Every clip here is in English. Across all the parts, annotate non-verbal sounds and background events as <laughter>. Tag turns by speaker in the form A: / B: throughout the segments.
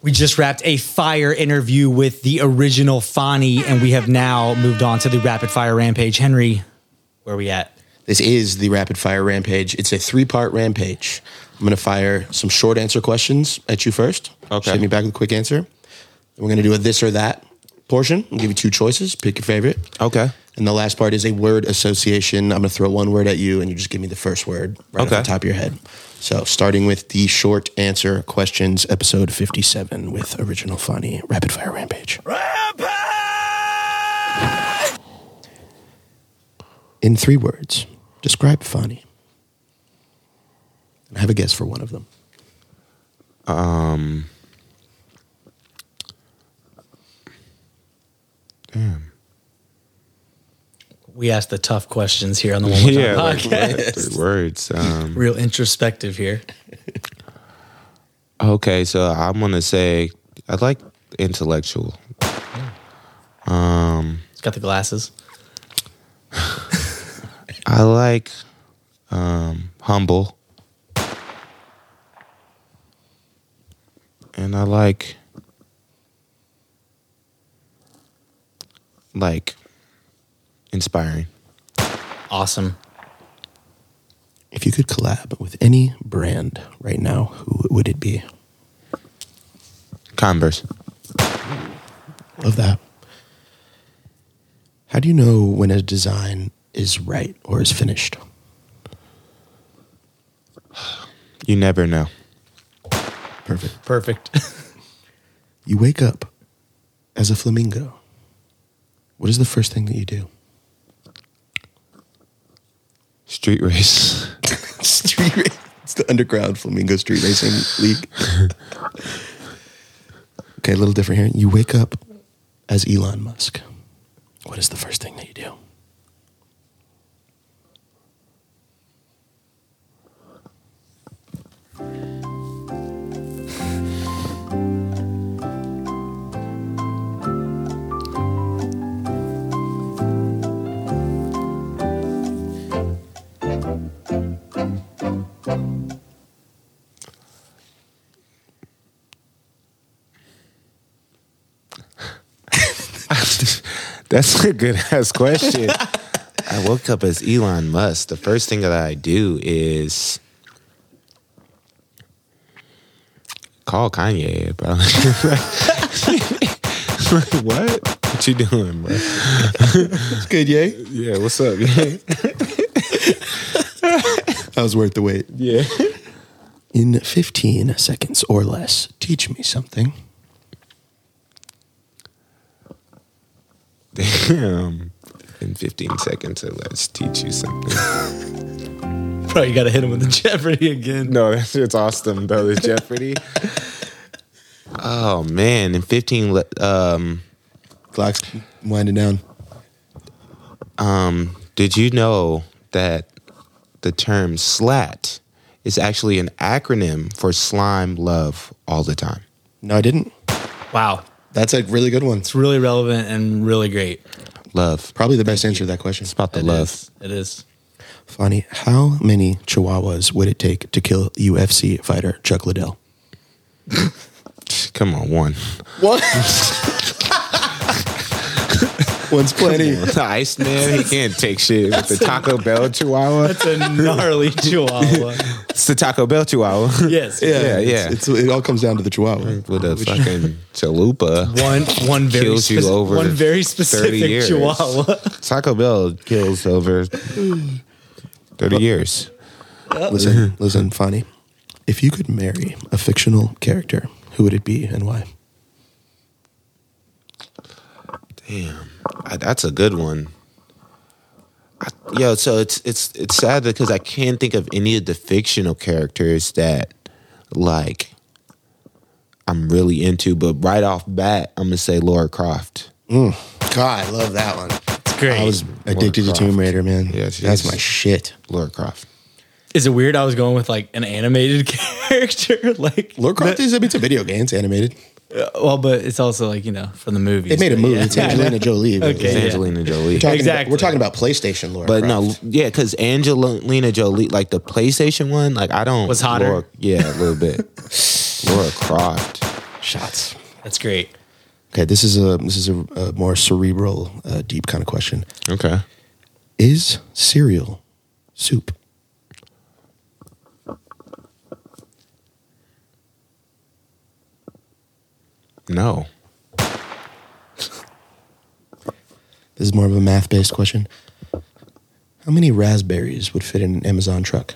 A: We just wrapped a fire interview with the original Fani, and we have now moved on to the rapid fire rampage. Henry, where are we at?
B: This is the rapid fire rampage. It's a three part rampage. I'm going to fire some short answer questions at you first.
C: Okay.
B: Hit me back with a quick answer. And we're going to do a this or that portion. I'll give you two choices. Pick your favorite.
C: Okay.
B: And the last part is a word association. I'm going to throw one word at you, and you just give me the first word right off
C: Okay.
B: the top of your head. So, starting with the short answer questions, episode 57 with original Fani Rapid Fire Rampage. In three words, describe Fani. I have a guess for one of them.
A: We asked the tough questions here on the one More Time
C: <laughs> Yeah. like,
A: podcast. <laughs>
C: three words. Um,
A: Real introspective here.
C: okay, so I'm gonna say I like intellectual.
A: He's got the glasses.
C: I like um, humble, and I like like inspiring.
A: Awesome.
B: If you could collab with any brand right now, who would it be?
C: Converse.
B: Love that. How do you know when a design is right or is finished?
C: You never know.
B: Perfect.
A: Perfect. <laughs>
B: You wake up as a flamingo. What is the first thing that you do?
C: Street race.
B: <laughs>
C: <laughs>
B: street race. It's the underground flamingo street racing league. okay, a little different here. You wake up as Elon Musk. What is the first thing that you do?
C: <laughs> That's a good ass question. I woke up as Elon Musk. The first thing that I do is call Kanye, bro. Like, <laughs> what? What you doing, bro?
B: It's good, yay.
C: Yeah, what's up? Yeah.
B: That was worth the wait.
C: yeah.
B: In 15 seconds or less, teach me something.
C: Damn. Um, In 15 seconds or less, teach you something.
A: Bro, you got to hit him with the Jeopardy again.
C: No, that shit's awesome though. The Jeopardy. oh man, in fifteen, le- um,
B: Clock's winding down.
C: did you know that the term SLAT is actually an acronym for slime love all the time?
B: No, I didn't.
A: Wow.
B: That's a really good one. It's
A: It's really relevant and really great.
C: Love.
B: probably the best answer to that question.
C: It's about the
A: It
C: love.
A: is. It is.
B: Funny, how many chihuahuas would it take to kill UFC fighter Chuck Liddell?
C: Come
A: <laughs>
C: on, one.
B: <laughs> What? One's plenty.
C: The Iceman, he can't take shit with the Taco Bell Chihuahua.
A: It's a
C: <laughs>
A: gnarly chihuahua.
C: It's the Taco Bell
A: <laughs>
C: Chihuahua.
A: Yes.
C: Yeah, yeah.
B: It's, it's- it all comes down to the chihuahua.
C: With a fucking chalupa.
A: One one very
C: Kills you
A: spec-
C: over
A: one very
C: 30
A: specific
C: years.
A: chihuahua.
C: Taco Bell kills
A: <sighs>
C: over 30 years.
B: Listen,
C: Mm-hmm.
B: listen, Fani. If you could marry a fictional character, who would it be and why?
C: Damn, I, that's a good one. I, yo, so it's it's it's sad because I can't think of any of the fictional characters that like I'm really into. But right off bat, I'm gonna say Laura Croft.
B: God, I love that one.
A: It's great.
B: I was addicted to
C: Croft.
B: Tomb Raider, man.
C: Yeah, she
B: that's
C: is.
B: my shit.
C: Laura Croft.
A: Is it weird I was going with like an animated <laughs> character? <laughs> like
B: Lord Croft is it's a video game. It's animated.
A: well, but it's also like, you know, from the movie.
B: They made a movie.
A: Yeah.
B: It's Angelina Jolie. but
A: Okay.
C: It's
A: Yeah.
C: Angelina Jolie.
B: We're talking
A: Exactly.
B: About, we're talking about PlayStation, Laura.
C: But
B: Croft.
C: no, yeah, because Angelina Jolie, like the PlayStation one, like I don't
A: Was hotter? <laughs>
C: Laura- yeah, a little bit. Laura Croft.
B: Shots.
A: <laughs> That's great. <laughs>
B: Okay, this is a this is a, a more cerebral, uh, deep kind of question.
C: Okay.
B: Is cereal soup?
C: No.
B: This is more of a math based question. How many raspberries would fit in an Amazon truck?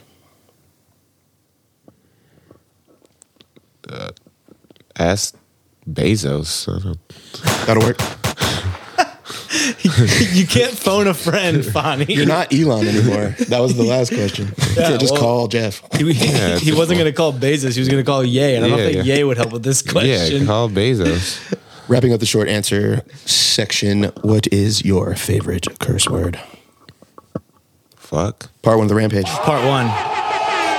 C: Ask Bezos. I don't-
B: That'll work.
A: you can't phone a
C: <laughs>
A: friend, Fonny. <laughs>
B: You're not Elon anymore. <laughs> That was the last question. You
A: Yeah,
B: can't just
A: well-
B: call Jeff.
A: He,
C: Yeah,
A: he wasn't going to call Bezos. He was going to call Ye, and I don't
C: Yeah,
A: think
C: yeah.
A: Ye would help with this question.
C: Yeah, call Bezos.
B: Wrapping up the short answer section, what is your favorite curse word?
C: Fuck.
B: Part one of the rampage.
A: Part one.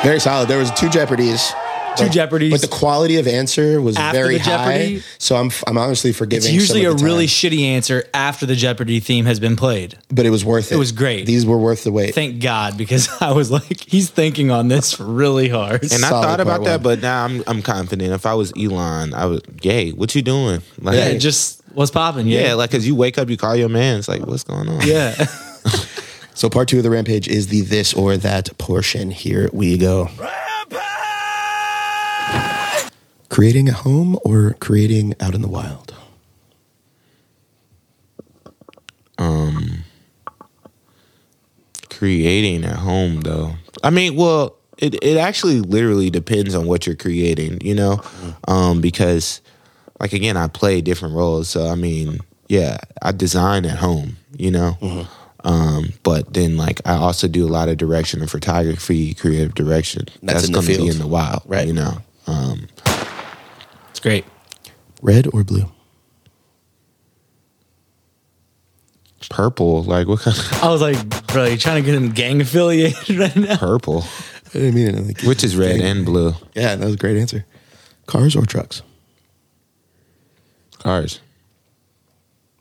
B: Very solid. There was two Jeopardies.
A: Two
B: But-
A: Jeopardies.
B: But the quality of answer was
A: After
B: very
A: the Jeopardy-
B: high. So I'm I'm honestly forgiving.
A: It's
B: some
A: usually a
B: of the
A: really
B: time.
A: shitty answer after the Jeopardy theme has been played.
B: but it was worth it. It
A: was great.
B: These were worth the wait.
A: Thank God, because <laughs> I was like, he's thinking on this really hard.
C: And I
B: Solid
C: thought
B: part
C: about that,
B: one.
C: but now I'm I'm confident. If I was Elon, I would. Yay, what you doing? Like,
A: yeah, it just what's popping. Yeah,
C: yeah, like because you wake up, you call your man. It's like, what's going on?
A: yeah. <laughs>
B: so part two of the rampage is the this or that portion. Here we go. Creating a home or creating out in the wild.
C: creating at home though. I mean, well, it it actually literally depends on what you're creating, you know? Um because like again, I play different roles, so I mean, yeah, I design at home, you know?
B: Mm-hmm.
C: Um but then like I also do a lot of direction and photography, creative direction.
B: That's in the
C: gonna be
B: field.
C: in the wild,
B: Right.
C: right? You know. Um
A: It's great.
B: Red or blue?
C: purple, like what kind of
A: I was like, bro, you trying to get him gang affiliated <laughs> right now?
C: purple?
B: I didn't mean it. Like,
C: Which is red and blue.
B: yeah, that was a great answer. Cars or trucks?
C: Cars.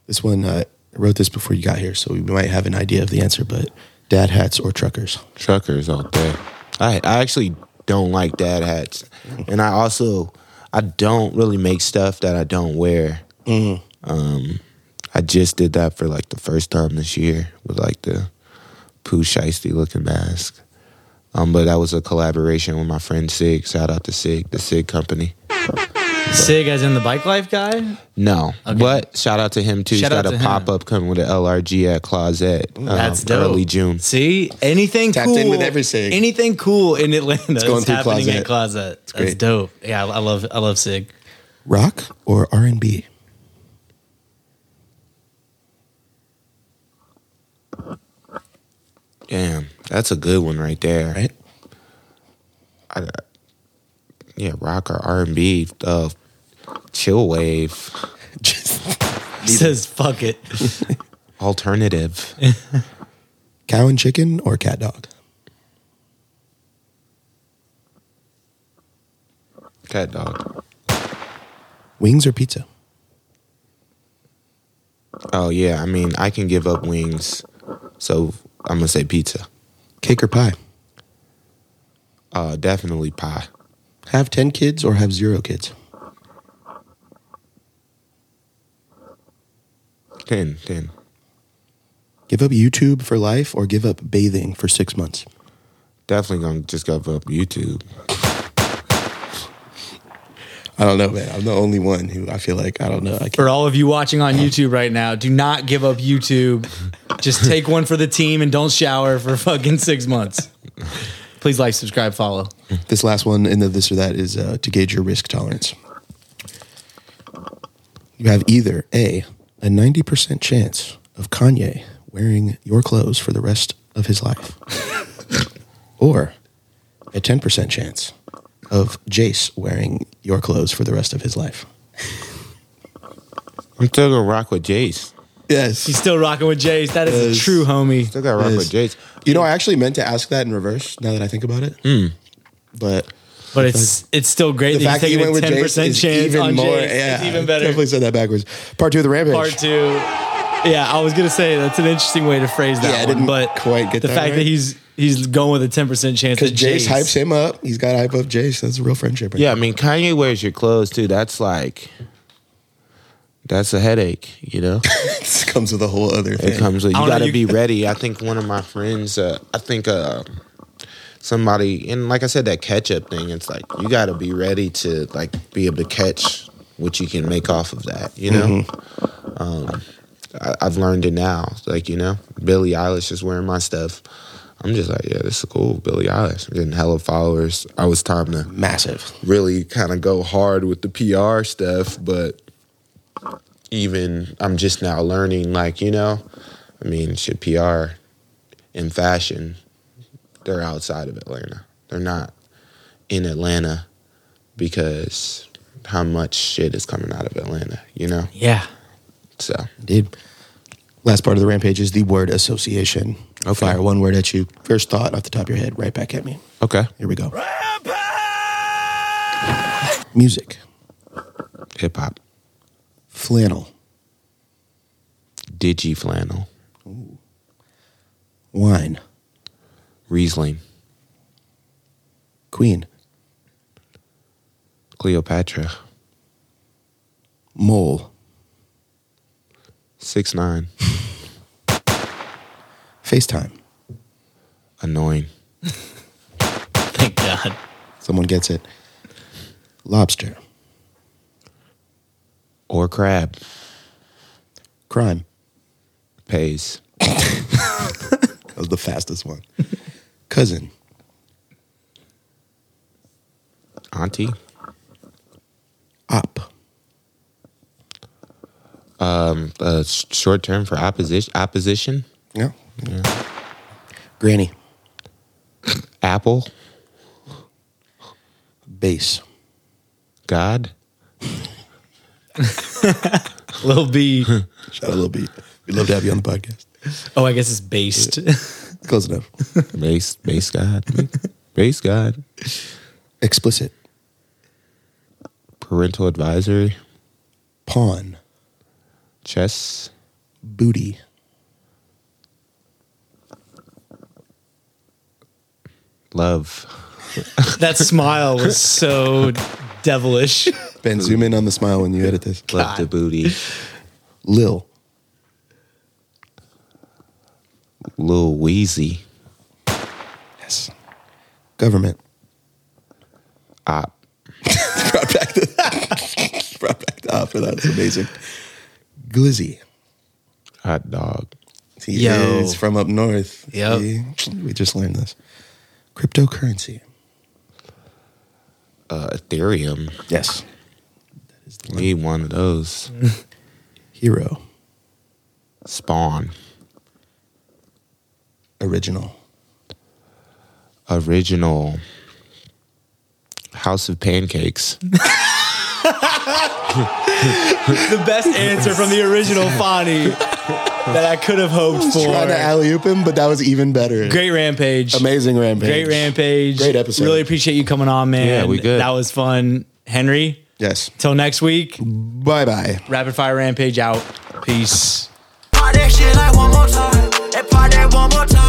B: This one uh, I wrote this before you got here, so we might have an idea of the answer. But dad hats or truckers?
C: truckers all day. I I actually don't like dad hats, and I also I don't really make stuff that I don't wear. Um, I just did that for like the first time this year with like the poo shiesty looking mask. Um, but that was a collaboration with my friend Sig. Shout out to Sig, the Sig Company.
A: Sig as in the bike life
C: Uh-huh.
A: guy?
C: No, but shout out to him too.
A: Shout out
C: He's got
A: to
C: a
A: him.
C: pop up coming with an LRG at Closet. um,
A: That's dope.
C: early June.
A: See? Anything
B: Tapped
A: cool.
B: in with every Sig.
A: Anything cool in Atlanta it's
B: going through
A: happening
B: Closet.
A: at Closet. That's
B: great.
A: dope. Yeah, I I love I love Sig.
B: Rock or R and B?
C: Damn, that's a good one right there.
B: Right? <laughs>
C: yeah, rock or R and B, uh, chill wave,
B: Just
A: Says fuck it.
C: alternative.
B: cow and chicken or cat dog?
C: Cat dog.
B: Wings or pizza?
C: Oh yeah, I mean I can give up wings, so I'm gonna say pizza.
B: Cake or pie?
C: Uh, definitely pie.
B: Have ten kids or have zero kids?
C: Ten, ten.
B: Give up YouTube for life or give up bathing for six months?
C: Definitely gonna just give up YouTube.
B: I don't know, man. I'm the only one who I feel like I don't know. I can't.
A: For all of you watching on YouTube right now, do not give up YouTube.
B: <laughs>
A: Just take one for the team and don't shower for fucking six months. Please like, subscribe, follow.
B: This last one in the this or that is uh, to gauge your risk tolerance. You have either A, a 90% chance of Kanye wearing your clothes for the rest of
A: <laughs>
B: his life, or a 10% chance of Jace wearing your clothes for the rest of his life.
C: I'm still gonna rock with Jace.
A: He's
B: Yes.
A: still rocking with Jay's. That is
B: Yes.
A: a true homie.
C: Still gotta rock with Jace.
B: You know, I actually meant to ask that in reverse now that I think about it. But
A: But it's it's still great that Hmm.
B: the
A: he's
B: fact that you
A: taking
B: went
A: a
B: with
A: ten
B: Jace
A: percent
B: is
A: chance
B: even
A: on
B: more.
A: Jay's.
B: Yeah,
A: it's even
B: I
A: better.
B: Definitely said that backwards. Part two of the rampage.
A: Part two. Yeah, I was gonna say that's an interesting way to phrase that
B: Yeah, I
A: one,
B: didn't
A: but
B: quite get
A: the
B: that
A: fact
B: right.
A: that he's he's going with a ten percent chance
B: Because
A: that
B: Jace
A: Jace
B: hypes him up. He's got to hype up Jace. That's a real friendship. Right
C: Yeah, I mean Kanye wears your clothes too. That's like that's a headache, you know.
B: there. <laughs> This comes with a whole other
A: <laughs>
C: It
B: thing.
C: comes with
A: I
C: you
A: don't know,
C: got to
A: you-
C: be ready. I think one of my friends, uh, I think uh, somebody, and like I said, that catch up thing. It's like you got to be ready to like be able to catch what you can make off of that. You know,
A: Mm-hmm.
C: um, I, I've learned it now. Like you know, Billie Eilish is wearing my stuff. I'm just like, yeah, this is cool, Billie Eilish. Getting hella followers. I was time to
B: Massive.
C: really kind of go hard with the PR stuff, but even I'm just now learning, like, you know, I mean, shit, PR and fashion, they're outside of Atlanta. They're not in Atlanta because how much shit is coming out of Atlanta, you know?
A: Yeah.
C: So,
B: Indeed. Last part of the rampage is the word association. I'll Fire one word at you. First thought off the top of your head, right back at me.
C: okay.
B: Here we go. Music.
C: Hip hop,
B: Flannel.
C: digi flannel,
B: Wine.
C: Riesling,
B: Queen.
C: Cleopatra,
B: Mole.
C: 6 9
B: FaceTime.
C: annoying,
A: Thank God.
B: Someone gets it. Lobster.
C: or crab,
B: Crime.
C: pays,
B: That was the fastest <laughs> one. Cousin.
C: auntie.
B: Op.
C: uh, sh- short term for opposition. Opposition.
B: Yeah. Granny.
C: Apple.
B: Base.
C: God.
A: Little
B: <laughs>
A: B.
B: Shout out a little beat. We'd love to have you on the podcast.
A: Oh, I guess it's based. <laughs>
B: Close enough.
C: Base. Base God. Base God.
B: <laughs> Explicit.
C: Parental advisory.
B: Pawn.
C: Chess.
B: Booty.
C: Love.
A: that smile was so devilish.
B: Ben, zoom in on the smile when you edit this.
C: Love the booty.
B: Lil.
C: Lil Weezy.
B: Yes. <laughs> Government.
C: Op.
B: Brought back the op for that. It's amazing. Glizzy.
C: Hot dog.
B: He
A: Yo.
B: is from up north.
A: Yep.
B: He- we just learned this. Cryptocurrency.
C: Uh, Ethereum.
B: Yes. That is the one.
C: Need one of those.
B: Hero.
C: Spawn.
B: Original.
C: Original. House of Pancakes.
A: the best answer from the original Fonny that I could have hoped
B: Trying to
A: for.
B: alley oop him, but that was even better.
A: Great rampage.
B: Amazing rampage.
A: Great rampage.
B: Great episode.
A: Really appreciate you coming on, man.
C: Yeah, we good.
A: That was fun. Henry,
B: Yes.
A: till next week.
B: Bye bye.
A: Rapid fire rampage out. Peace.
D: Pop that shit like one more time. And pop that one more time. Ah.